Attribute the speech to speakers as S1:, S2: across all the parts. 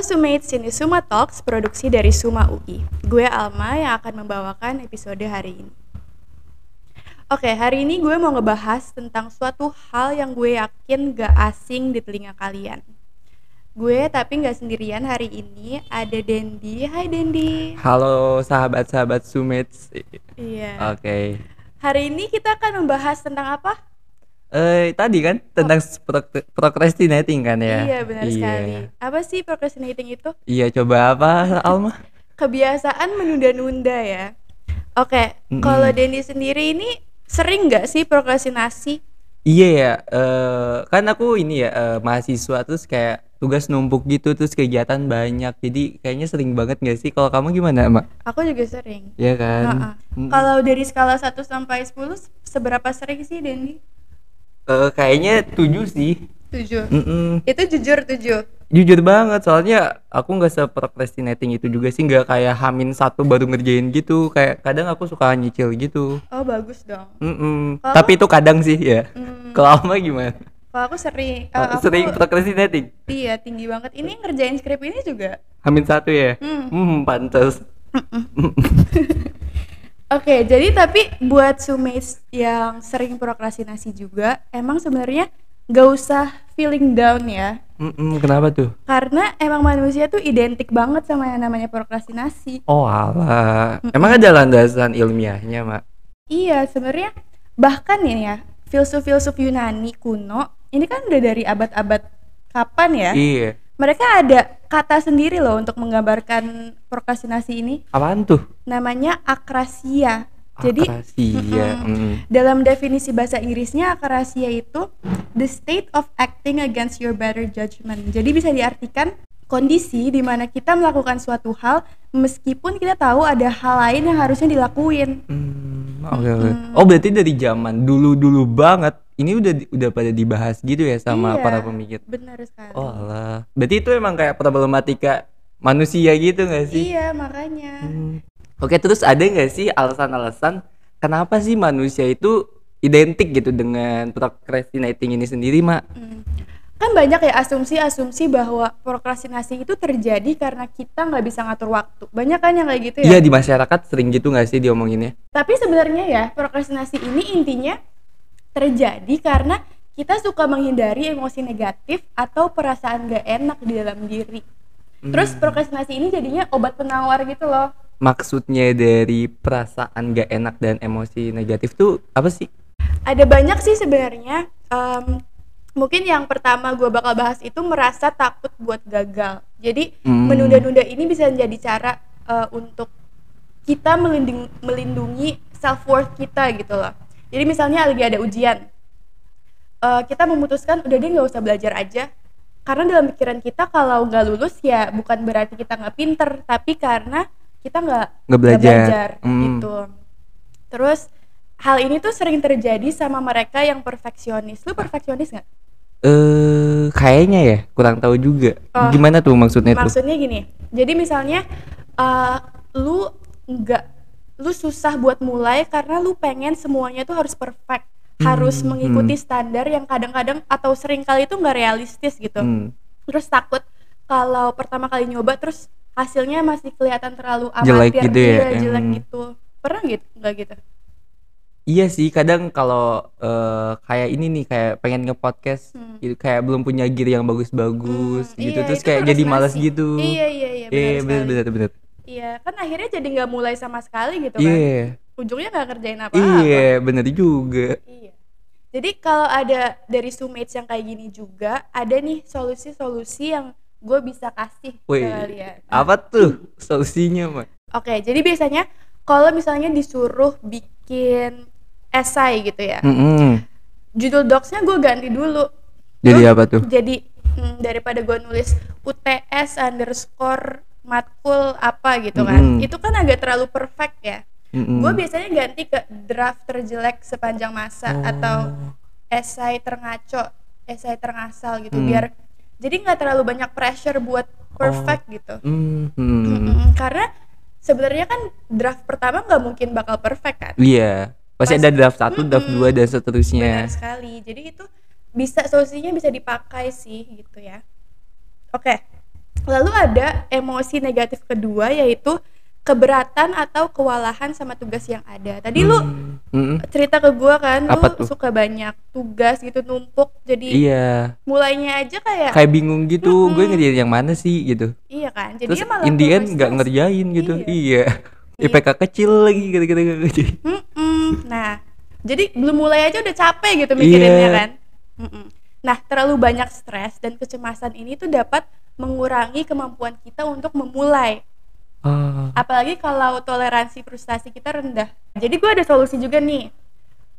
S1: Summates ini Suma Talks, produksi dari Suma UI. Gue Alma yang akan membawakan episode hari ini. Oke, hari ini gue mau ngebahas tentang suatu hal yang gue yakin gak asing di telinga kalian. Gue tapi gak sendirian hari ini, ada Dendi. Hai Dendi.
S2: Halo sahabat-sahabat Sumits.
S1: Iya.
S2: Oke.
S1: Hari ini kita akan membahas tentang apa?
S2: Eh tadi kan tentang pro- procrastinating kan ya?
S1: Iya, benar sekali. Apa sih procrastinating itu?
S2: Iya, coba apa Alma?
S1: Kebiasaan menunda-nunda ya. Oke,
S2: Mm-mm.
S1: kalau Dendi sendiri ini sering gak sih prokrastinasi?
S2: Iya ya, eh kan aku ini ya eh, mahasiswa terus kayak tugas numpuk gitu terus kegiatan banyak. Jadi kayaknya sering banget gak sih? Kalau kamu gimana, Mak?
S1: Aku juga sering.
S2: Iya kan?
S1: Heeh.
S2: Mm-mm.
S1: Kalau dari skala 1 sampai 10 se- seberapa sering sih Dendi?
S2: Eh, kayaknya tujuh sih.
S1: 7.
S2: Mm-mm.
S1: Itu jujur 7.
S2: Jujur banget, soalnya aku nggak se-procrastinating itu juga sih, nggak kayak hamin satu baru ngerjain gitu. Kayak kadang aku suka nyicil gitu.
S1: Oh, bagus dong.
S2: Mm-mm.
S1: Kalau-
S2: Tapi itu kadang sih ya.
S1: Hmm,
S2: Kalau Alma gimana?
S1: kalau aku sering eh, aku
S2: Oh, Sering procrastinating?
S1: iya tinggi banget. Ini ngerjain skrip ini juga.
S2: Hamin satu ya?
S1: Hmm.
S2: Hmm, pantas.
S1: Oke, jadi tapi buat sumates yang sering prokrastinasi juga, emang sebenarnya nggak usah feeling down ya.
S2: Mm-mm, kenapa tuh?
S1: Karena emang manusia tuh identik banget sama yang namanya prokrastinasi.
S2: Oh alah. Emang ada landasan ilmiahnya, Mak?
S1: Iya, sebenarnya bahkan ini ya, filsuf-filsuf Yunani kuno ini kan udah dari abad-abad kapan ya?
S2: Iya.
S1: Mereka ada kata sendiri loh untuk menggambarkan prokrastinasi ini,
S2: Apaan tuh?
S1: namanya akrasia. Jadi
S2: Akrasia. Mm. Mm-mm.
S1: dalam definisi bahasa Inggrisnya akrasia itu the state of acting against your better judgment. Jadi bisa diartikan kondisi di mana kita melakukan suatu hal meskipun kita tahu ada hal lain yang harusnya dilakuin.
S2: Hmm, oke oke. Oh, berarti dari zaman dulu-dulu banget ini udah di- udah pada dibahas gitu ya sama
S1: Iya.
S2: para pemikir.
S1: Benar sekali.
S2: Oh alah. Berarti itu emang kayak problematika manusia gitu nggak sih?
S1: Iya, makanya.
S2: Hmm. Oke, terus ada nggak sih alasan-alasan kenapa sih manusia itu identik gitu dengan procrastinating ini sendiri, Mak?
S1: Hmm. Kan banyak ya asumsi-asumsi bahwa prokrastinasi itu terjadi karena kita nggak bisa ngatur waktu. Banyak kan yang kayak gitu ya.
S2: Iya, di masyarakat sering gitu nggak sih diomonginnya?
S1: Tapi sebenarnya ya, prokrastinasi ini intinya terjadi karena kita suka menghindari emosi negatif atau perasaan gak enak di dalam diri. Terus prokrastinasi ini jadinya obat penawar gitu loh.
S2: Maksudnya dari perasaan gak enak dan emosi negatif tuh apa sih?
S1: Ada banyak sih sebenarnya. em, mungkin yang pertama gue bakal bahas itu merasa takut buat gagal. Jadi
S2: Hmm.
S1: menunda-nunda ini bisa menjadi cara eh, untuk kita melindung- melindungi self worth kita gitu loh. Jadi misalnya lagi ada ujian, eh, kita memutuskan udah deh nggak usah belajar aja. Karena dalam pikiran kita kalau nggak lulus ya bukan berarti kita nggak pinter, tapi karena kita nggak
S2: Nggak
S1: nggak
S2: belajar. Hmm.
S1: gitu. Terus hal ini tuh sering terjadi sama mereka yang perfeksionis. Lu perfeksionis nggak?
S2: Eh, kayaknya ya, kurang tahu juga.
S1: Oh.
S2: Gimana tuh maksudnya tuh?
S1: Maksudnya gini, jadi misalnya eh, lu nggak, lu susah buat mulai karena lu pengen semuanya tuh harus perfect, harus
S2: Hmm,
S1: mengikuti standar yang kadang-kadang atau sering kali itu nggak realistis gitu.
S2: Hmm.
S1: Terus takut kalau pertama kali nyoba terus hasilnya masih kelihatan terlalu amatir,
S2: Jelek gitu ya,
S1: iya, jelek
S2: em.
S1: gitu. Pernah gitu nggak gitu?
S2: Iya sih, kadang kalau eh, kayak ini nih kayak pengen nge-podcast
S1: Hmm.
S2: gitu, kayak belum punya gear yang bagus-bagus
S1: Hmm,
S2: gitu
S1: iya,
S2: terus
S1: itu
S2: kayak jadi malas
S1: prokrastinasi.
S2: gitu.
S1: Iya iya iya benar
S2: Iya,
S1: sekali.
S2: benar benar.
S1: Iya kan akhirnya jadi nggak mulai sama sekali gitu kan.
S2: Iya.
S1: Ujungnya nggak kerjain apa-apa.
S2: Iya, benar juga.
S1: Iya. Jadi kalau ada dari sumates yang kayak gini juga, ada nih solusi-solusi yang gue bisa kasih ke
S2: Wih,
S1: kalian.
S2: apa tuh solusinya, Mak?
S1: Oke, jadi biasanya kalau misalnya disuruh bikin esai gitu
S2: Hmm.
S1: ya,
S2: Mm-mm.
S1: judul docs-nya gue ganti dulu.
S2: Jadi
S1: Terus
S2: apa tuh?
S1: Jadi mm, daripada gue nulis UTS underscore matkul apa gitu kan,
S2: Mm-mm.
S1: itu kan agak terlalu perfect ya.
S2: Mm-mm.
S1: Gue biasanya ganti ke draft terjelek sepanjang masa
S2: Oh.
S1: atau esai terngaco, esai terngasal gitu
S2: Hmm.
S1: biar jadi nggak terlalu banyak pressure buat perfect gitu.
S2: Mm, mm.
S1: Mm-mm, Karena sebenarnya kan draft pertama nggak mungkin bakal perfect kan.
S2: Iya. Pasti
S1: Pas-
S2: ada draft 1, draft
S1: Mm-mm.
S2: 2 dan
S1: Benar
S2: seterusnya.
S1: sekali. Jadi itu bisa solusinya bisa dipakai sih gitu ya. Oke. Lalu ada emosi negatif kedua yaitu keberatan atau kewalahan sama tugas yang ada. Tadi lu
S2: Hmm. Mm-mm.
S1: cerita ke gua kan
S2: Apa
S1: lu
S2: tuh?
S1: suka banyak tugas gitu numpuk. Jadi
S2: Iya.
S1: mulainya aja kayak
S2: Kayak bingung gitu, gue
S1: Mm-mm.
S2: ngerjain yang mana sih gitu.
S1: iya kan. Jadi
S2: Terus
S1: dia malah
S2: in the end
S1: tambah
S2: nggak
S1: stres.
S2: ngerjain gitu.
S1: Iya.
S2: Iya. IPK kecil lagi kata-kata nggak ngerjain.
S1: Mm-mm. Nah, jadi belum mulai aja udah capek gitu mikirinnya
S2: Iya.
S1: kan. Mm-mm. Nah, terlalu banyak stres dan kecemasan ini tuh dapat mengurangi kemampuan kita untuk memulai.
S2: Ah.
S1: Apalagi kalau toleransi frustasi kita rendah. Jadi gue ada solusi juga nih.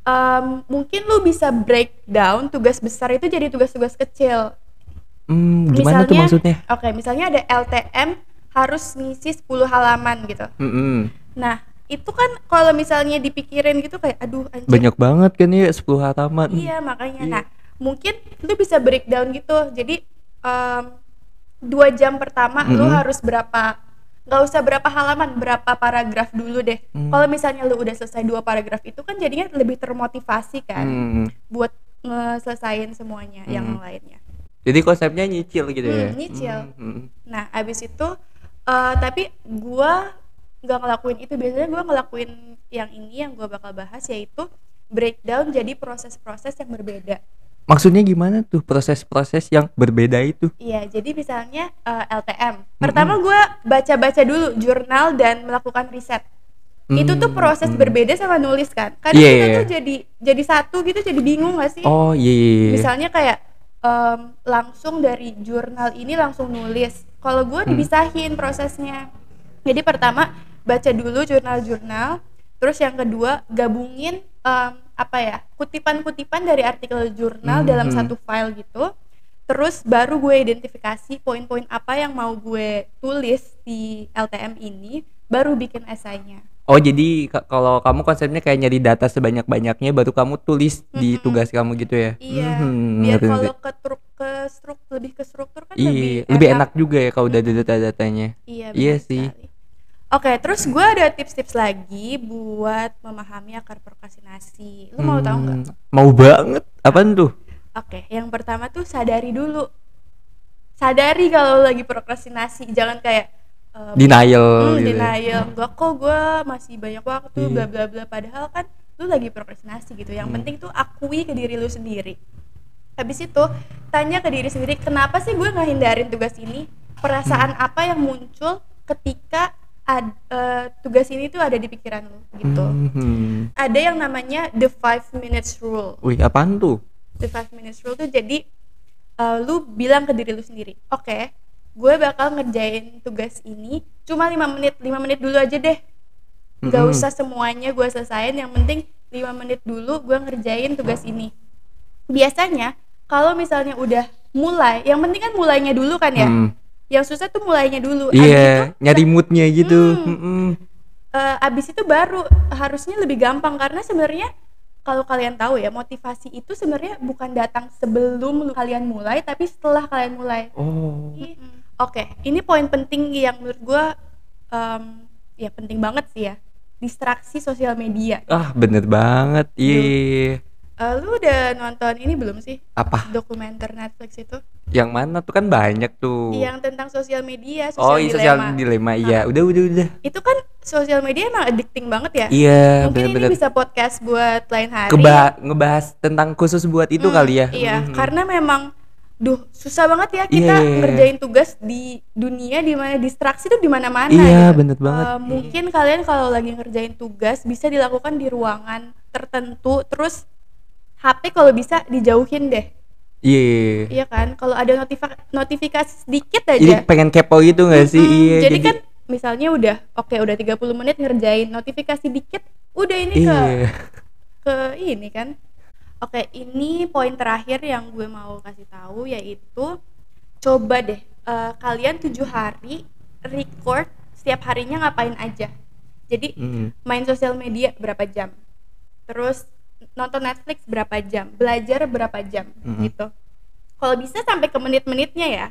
S1: Em, mungkin lu bisa breakdown tugas besar itu jadi tugas-tugas kecil.
S2: Hmm, gimana tuh maksudnya?
S1: Oke, misalnya ada LTM harus ngisi 10 halaman gitu.
S2: Mm-mm.
S1: Nah, itu kan kalau misalnya dipikirin gitu kayak aduh anjir
S2: Banyak banget kan ya 10 halaman.
S1: Iya makanya.
S2: Iya.
S1: Nah mungkin lu bisa breakdown gitu. Jadi em, dua jam pertama lu
S2: Mm-mm.
S1: harus berapa? Gak usah berapa halaman, berapa paragraf dulu deh.
S2: Hmm.
S1: Kalau misalnya lu udah selesai dua paragraf itu kan jadinya lebih termotivasi kan
S2: Mm.
S1: buat ngeselesain semuanya yang
S2: Mm.
S1: lainnya.
S2: Jadi konsepnya nyicil gitu
S1: Hmm,
S2: ya.
S1: nyicil.
S2: Mm-mm.
S1: Nah abis itu eh, tapi gua nggak ngelakuin itu biasanya gua ngelakuin yang ini yang gua bakal bahas yaitu breakdown jadi proses-proses yang berbeda.
S2: Maksudnya gimana tuh proses-proses yang berbeda itu?
S1: Iya, jadi misalnya eh, LTM. Pertama gua baca-baca dulu jurnal dan melakukan riset. Itu tuh
S2: Hmm,
S1: proses
S2: hmm.
S1: berbeda sama nulis kan. Kadang
S2: Iya,
S1: kita
S2: iya.
S1: tuh jadi jadi satu gitu, jadi bingung gak sih?
S2: Oh iya. iya, iya.
S1: Misalnya kayak em, langsung dari jurnal ini langsung nulis. Kalau gua
S2: Hmm.
S1: dibisahin prosesnya. Jadi pertama baca dulu jurnal-jurnal, terus yang kedua gabungin em, apa ya kutipan-kutipan dari artikel jurnal
S2: Hmm,
S1: dalam
S2: hmm.
S1: satu file gitu. Terus baru gue identifikasi poin-poin apa yang mau gue tulis di LTM ini, baru bikin esainya.
S2: Oh jadi ka- kalau kamu konsepnya kayak nyari data sebanyak-banyaknya baru kamu tulis di
S1: Mm-mm.
S2: tugas kamu gitu ya?
S1: Iya,
S2: Mhm,
S1: biar
S2: ngerti, ngerti.
S1: kalau ke, tru- ke struk- lebih ke struktur kan
S2: Iya,
S1: lebih,
S2: lebih, enak juga ya kalau udah ada data-datanya.
S1: Iya,
S2: Iya
S1: benar
S2: sih.
S1: sekali. Oke, terus gue ada tips-tips lagi buat memahami akar prokrastinasi. Lu mau tahu nggak?
S2: Hmm, Mau banget. Apaan tuh?
S1: Oke, yang pertama tuh sadari dulu. Sadari kalau lu lagi prokrastinasi, jangan kayak em,
S2: Denial
S1: hmm,
S2: gitu. ya.
S1: denial. Enggak kok gue masih banyak waktu,
S2: Iya.
S1: bla bla bla. Padahal kan lu lagi prokrastinasi gitu. Yang
S2: Hmm.
S1: penting tuh akui ke diri lu sendiri. Habis itu tanya ke diri sendiri, kenapa sih gue nggak hindarin tugas ini? Perasaan
S2: Hmm.
S1: apa yang muncul ketika ad- eh, tugas ini tuh ada di pikiran lu gitu?
S2: Mhm.
S1: Ada yang namanya the five minutes rule.
S2: Wih, apaan tuh?
S1: The five minutes rule tuh jadi eh, lu bilang ke diri lu sendiri, oke, gue bakal ngerjain tugas ini cuma lima menit, lima menit dulu aja deh. Gak
S2: Mm-mm.
S1: usah semuanya gue selesain, yang penting lima menit dulu gue ngerjain tugas ini. Biasanya kalau misalnya udah mulai, yang penting kan mulainya dulu kan ya.
S2: Hmm.
S1: Yang susah tuh mulainya dulu. Abis itu,
S2: Iya, nyari moodnya gitu.
S1: Hmm.
S2: Mhm.
S1: eh, abis itu baru harusnya lebih gampang karena sebenarnya kalau kalian tahu ya motivasi itu sebenarnya bukan datang sebelum lu- kalian mulai tapi setelah kalian mulai
S2: Oh.
S1: oke ini poin penting yang menurut gue ya penting banget sih ya distraksi sosial media
S2: Ah, bener banget. Iya.
S1: Eh, lu udah nonton ini belum sih
S2: Apa?
S1: dokumenter Netflix itu
S2: Yang mana tuh kan banyak tuh.
S1: yang tentang sosial media Iya,
S2: oh,
S1: sosial
S2: iya, sosial
S1: dilema Ah.
S2: dilema. Iya, udah udah udah.
S1: itu kan sosial media emang addicting banget ya
S2: Iya,
S1: mungkin
S2: bener-bener.
S1: ini bisa podcast buat lain hari
S2: Keba ngebahas tentang khusus buat itu
S1: Hmm,
S2: kali ya.
S1: Iya,
S2: Mhm.
S1: karena memang duh susah banget ya kita
S2: Iya, iya, iya.
S1: ngerjain tugas di dunia di mana distraksi tuh di mana-mana.
S2: Iya,
S1: gitu.
S2: bener banget.
S1: Eh, mungkin kalian kalau lagi ngerjain tugas bisa dilakukan di ruangan tertentu, terus HP kalau bisa dijauhin deh.
S2: Iya.
S1: Iya kan? Kalau ada notifa- notifikasi sedikit aja.
S2: Jadi pengen kepo gitu nggak sih?
S1: Mm,
S2: Iya.
S1: jadi, kan misalnya udah oke udah 30 menit ngerjain notifikasi dikit, udah ini
S2: Iya.
S1: ke ke ini kan. Oke, ini poin terakhir yang gue mau kasih tahu yaitu coba deh eh, kalian tujuh hari record setiap harinya ngapain aja. Jadi
S2: Mhm.
S1: main sosial media berapa jam, terus nonton Netflix berapa jam, belajar berapa jam
S2: Mhm.
S1: gitu. Kalau bisa sampai ke menit-menitnya ya,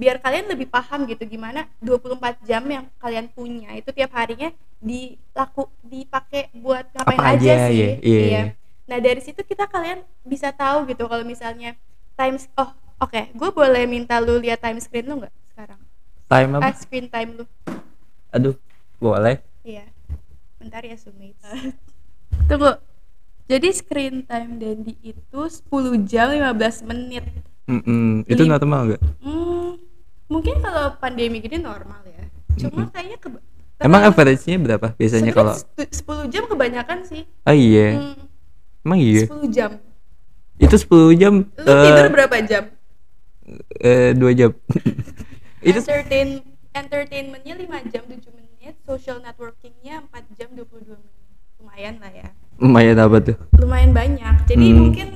S1: biar kalian lebih paham gitu gimana 24 jam yang kalian punya itu tiap harinya dilaku dipakai buat ngapain
S2: Apa
S1: aja,
S2: aja,
S1: sih.
S2: iya, iya.
S1: Nah, dari situ kita kalian bisa tahu gitu kalau misalnya time oh oke, gue boleh minta lu lihat time screen lu nggak sekarang?
S2: time
S1: Ah,
S2: apa?
S1: screen time lu.
S2: Aduh, boleh.
S1: Iya. Bentar ya, Sumates. Tunggu. Jadi screen time Dendi itu 10 jam 15 menit.
S2: Mm-mm. Itu
S1: Lim-
S2: normal nggak?
S1: Hmm, mungkin kalau pandemi gini normal ya. Cuma kayaknya ke
S2: Emang average-nya berapa biasanya kalau?
S1: 10 jam kebanyakan sih.
S2: Oh iya,
S1: Hmm,
S2: emang iya.
S1: 10 jam.
S2: Itu 10 jam,
S1: Lu tidur
S2: eh
S1: berapa jam?
S2: eh, dua jam. itu
S1: Entertain entertainmentnya 5 jam 7 menit, social networkingnya 4 jam 22 menit. Lumayan lah ya.
S2: lumayan apa tuh?
S1: Lumayan banyak. Jadi
S2: Hmm.
S1: mungkin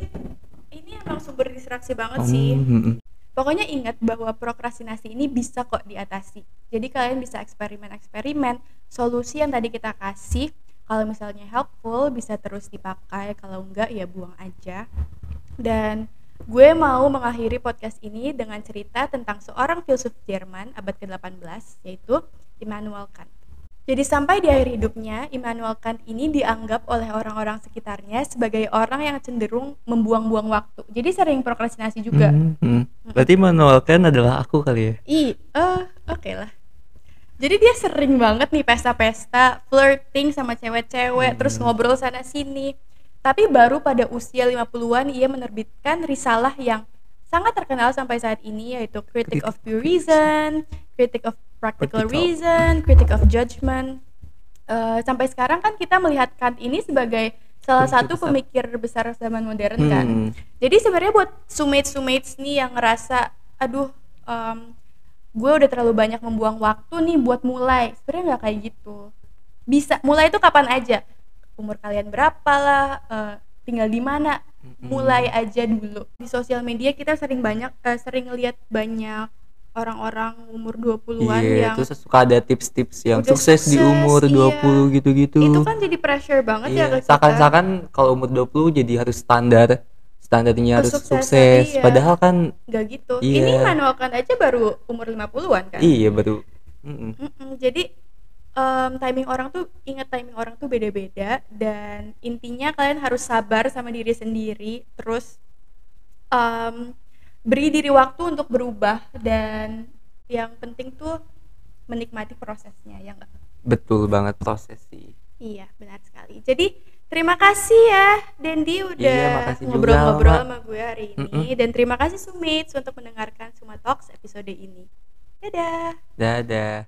S1: ini emang sumber distraksi banget sih.
S2: Mm-mm.
S1: Pokoknya ingat bahwa prokrastinasi ini bisa kok diatasi. Jadi kalian bisa eksperimen-eksperimen. Solusi yang tadi kita kasih, kalau misalnya helpful bisa terus dipakai, kalau enggak ya buang aja. Dan gue mau mengakhiri podcast ini dengan cerita tentang seorang filsuf Jerman abad ke-18 yaitu Immanuel Kant. Jadi sampai di akhir hidupnya, Immanuel Kant ini dianggap oleh orang-orang sekitarnya sebagai orang yang cenderung membuang-buang waktu. Jadi sering prokrastinasi juga.
S2: Mm-mm. Berarti manual kan adalah aku kali ya?
S1: I, eh oke lah. Jadi dia sering banget nih pesta-pesta, flirting sama
S2: Hmm.
S1: cewek-cewek, terus ngobrol sana sini. Tapi baru pada usia 50-an ia menerbitkan risalah yang sangat terkenal sampai saat ini yaitu Critic of Pure Reason, Critic of Practical
S2: Practical.
S1: Reason, Critic of Judgment. Eh, sampai sekarang kan kita melihat Kant ini sebagai salah
S2: Pemikir
S1: satu
S2: besar.
S1: pemikir besar zaman modern kan.
S2: Hmm.
S1: Jadi sebenarnya buat sumates-sumates nih yang ngerasa aduh em, gue udah terlalu banyak membuang waktu nih buat mulai. Sebenarnya nggak kayak gitu. Bisa mulai itu kapan aja. Umur kalian berapa lah, eh, tinggal di mana, mulai aja dulu. Di sosial media kita sering banyak eh, sering lihat banyak orang-orang umur 20-an
S2: Iya,
S1: yang
S2: terus suka ada tips-tips yang
S1: Udah
S2: sukses, di
S1: sukses,
S2: umur
S1: iya.
S2: 20 gitu-gitu.
S1: itu kan jadi pressure banget
S2: Iya,
S1: ya ke kita.
S2: seakan-akan kalau umur 20 jadi harus standar, standarnya harus
S1: Kesuksesan,
S2: sukses.
S1: iya.
S2: Padahal kan
S1: Nggak gitu.
S2: Iya.
S1: Ini manual Kant aja baru umur 50-an kan.
S2: iya baru Mm-mm.
S1: Mm-mm, jadi em, timing orang tuh ingat timing orang tuh beda-beda dan intinya kalian harus sabar sama diri sendiri terus em, beri diri waktu untuk berubah dan yang penting tuh menikmati prosesnya ya enggak
S2: betul banget proses sih.
S1: iya benar sekali jadi terima kasih ya Dendi
S2: Iya,
S1: udah
S2: makasih juga,
S1: ngobrol-ngobrol
S2: Lala.
S1: sama gue hari ini dan terima kasih Sumits untuk mendengarkan Suma Talks episode ini dadah
S2: Dadah.